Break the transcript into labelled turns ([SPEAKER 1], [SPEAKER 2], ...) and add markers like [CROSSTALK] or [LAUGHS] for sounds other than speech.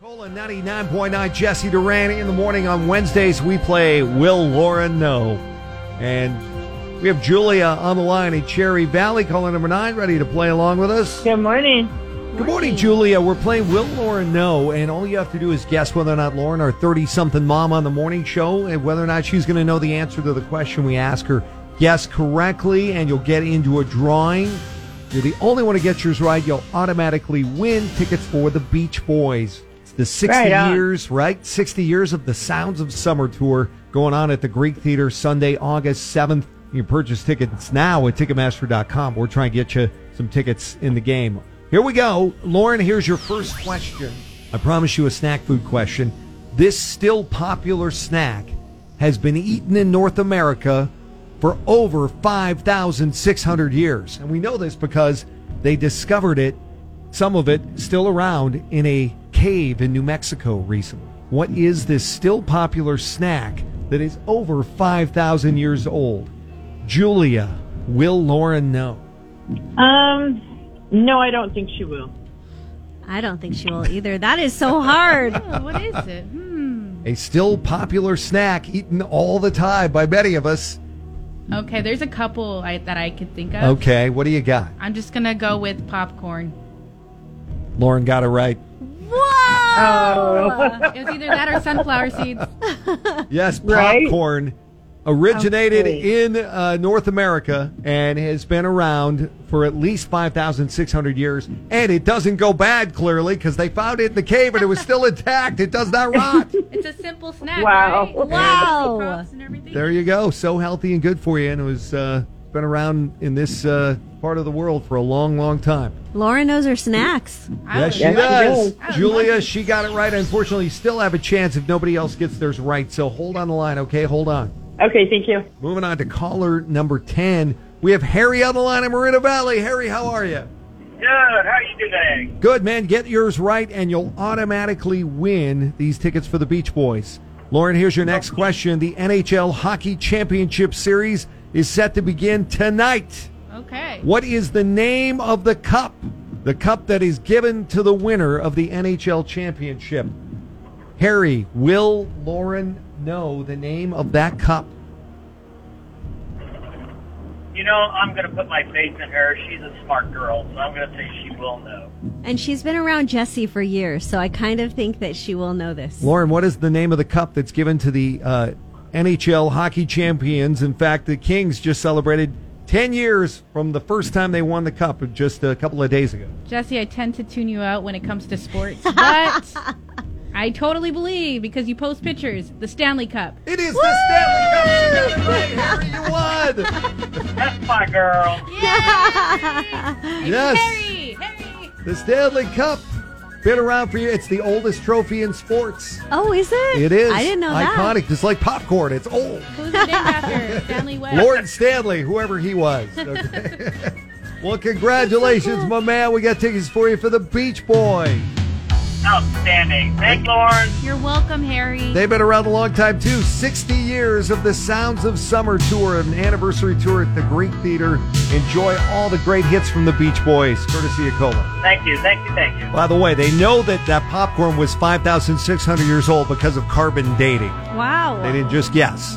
[SPEAKER 1] Lola 99.9 Jesse Duran in the morning on Wednesdays we play Will Lauren No. And we have Julia on the line in Cherry Valley calling number nine, ready to play along with us.
[SPEAKER 2] Good morning.
[SPEAKER 1] Good morning, Julia. We're playing Will Lauren No, and all you have to do is guess whether or not Lauren, our 30 something mom on the morning show, and whether or not she's going to know the answer to the question we ask her. Guess correctly, and you'll get into a drawing. You're the only one to get yours right. You'll automatically win tickets for the Beach Boys. It's the 60
[SPEAKER 2] Right on.
[SPEAKER 1] years, right? 60 years of the Sounds of Summer tour going on at the Greek Theater Sunday, August 7th. You can purchase tickets now at Ticketmaster.com. We're trying to get you some tickets in the game. Here we go. Lauren, here's your first question. I promise you a snack food question. This still popular snack has been eaten in North America for over 5,600 years. And we know this because they discovered it some of it still around in a cave in New Mexico recently. What is this still popular snack that is over 5,000 years old? Julia, will Lauren know?
[SPEAKER 2] Um, no, I don't think she will.
[SPEAKER 3] I don't think she will either. That is so
[SPEAKER 1] [LAUGHS]
[SPEAKER 3] hard.
[SPEAKER 4] What is it? Hmm.
[SPEAKER 1] A still popular snack eaten all the time by many of us.
[SPEAKER 4] Okay, there's a couple I, that I could think of.
[SPEAKER 1] Okay, what do you got?
[SPEAKER 4] I'm just gonna go with popcorn.
[SPEAKER 1] Lauren got it right. Oh.
[SPEAKER 3] Whoa!
[SPEAKER 4] It was either that or sunflower seeds.
[SPEAKER 1] Yes,
[SPEAKER 2] Right?
[SPEAKER 1] popcorn originated
[SPEAKER 2] Okay.
[SPEAKER 1] in uh, North America and has been around for at least 5,600 years. And it doesn't go bad, clearly, because they found it in the cave and it was
[SPEAKER 4] [LAUGHS]
[SPEAKER 1] still intact. It does not rot.
[SPEAKER 4] It's a simple snack.
[SPEAKER 2] Wow.
[SPEAKER 4] Right?
[SPEAKER 3] Wow.
[SPEAKER 4] Props and everything.
[SPEAKER 1] there you go. So healthy and good for you. And it was uh, been around in this uh, part of the world for a long, long time.
[SPEAKER 3] Lauren knows her snacks.
[SPEAKER 4] I
[SPEAKER 1] Yes,
[SPEAKER 4] would
[SPEAKER 1] she
[SPEAKER 4] love-
[SPEAKER 1] does.
[SPEAKER 4] I would
[SPEAKER 1] Julia,
[SPEAKER 4] love-
[SPEAKER 1] she got it right. Unfortunately, you still have a chance if nobody else gets theirs right. So hold on the line, okay? Hold on.
[SPEAKER 2] Okay, thank you.
[SPEAKER 1] Moving on to caller number 10. We have Harry on the line in Marina Valley. Harry, how are you?
[SPEAKER 5] Good. How you doing?
[SPEAKER 1] Good, man. Get yours right, and you'll automatically win these tickets for the Beach Boys. Lauren, here's your next question. The NHL Hockey Championship Series is set to begin tonight.
[SPEAKER 4] Okay.
[SPEAKER 1] What is the name of the cup? The cup that is given to the winner of the NHL Championship. Harry, will Lauren know the name of that cup?
[SPEAKER 5] You know, I'm going to put my faith in her. She's a smart girl, so I'm going to say she will know.
[SPEAKER 3] And she's been around Jesse for years, so I kind of think that she will know this.
[SPEAKER 1] Lauren, what is the name of the cup that's given to the uh, NHL hockey champions? In fact, the Kings just celebrated 10 years from the first time they won the cup just a couple of days ago.
[SPEAKER 4] Jesse, I tend to tune you out when it comes
[SPEAKER 1] [LAUGHS]
[SPEAKER 4] to sports, but I totally believe because you post picters. The Stanley Cup.
[SPEAKER 1] It is the Stanley Cup. You got it right, Harry, you
[SPEAKER 3] [LAUGHS]
[SPEAKER 1] won.
[SPEAKER 5] That's my girl.
[SPEAKER 1] Yes,
[SPEAKER 4] Harry, Harry.
[SPEAKER 1] the Stanley Cup. Been around for you. It's the oldest trophy in sports.
[SPEAKER 3] Oh, is it?
[SPEAKER 1] It is.
[SPEAKER 3] I didn't know
[SPEAKER 1] Iconic. It's like popcorn. It's
[SPEAKER 3] [LAUGHS]
[SPEAKER 1] old.
[SPEAKER 4] Who's it named
[SPEAKER 1] [LAUGHS]
[SPEAKER 4] after? Stanley West.
[SPEAKER 1] Lord Stanley, whoever he was.
[SPEAKER 3] [LAUGHS]
[SPEAKER 1] Okay. well, congratulations, my man. We got tickets for you for the Beach Boy.
[SPEAKER 5] Outstanding. Thanks, Lauren.
[SPEAKER 4] You're welcome, Harry.
[SPEAKER 1] They've been around a long time too. 60 years of the Sounds of Summer tour, an anniversary tour at the Greek Theater. Enjoy all the great hits from the Beach Boys, courtesy of Cola.
[SPEAKER 5] Thank you. Thank you. Thank you.
[SPEAKER 1] By the way, they know that that popcorn was 5,600 years old because of carbon dating.
[SPEAKER 3] that. Wow.
[SPEAKER 1] They didn't just guess.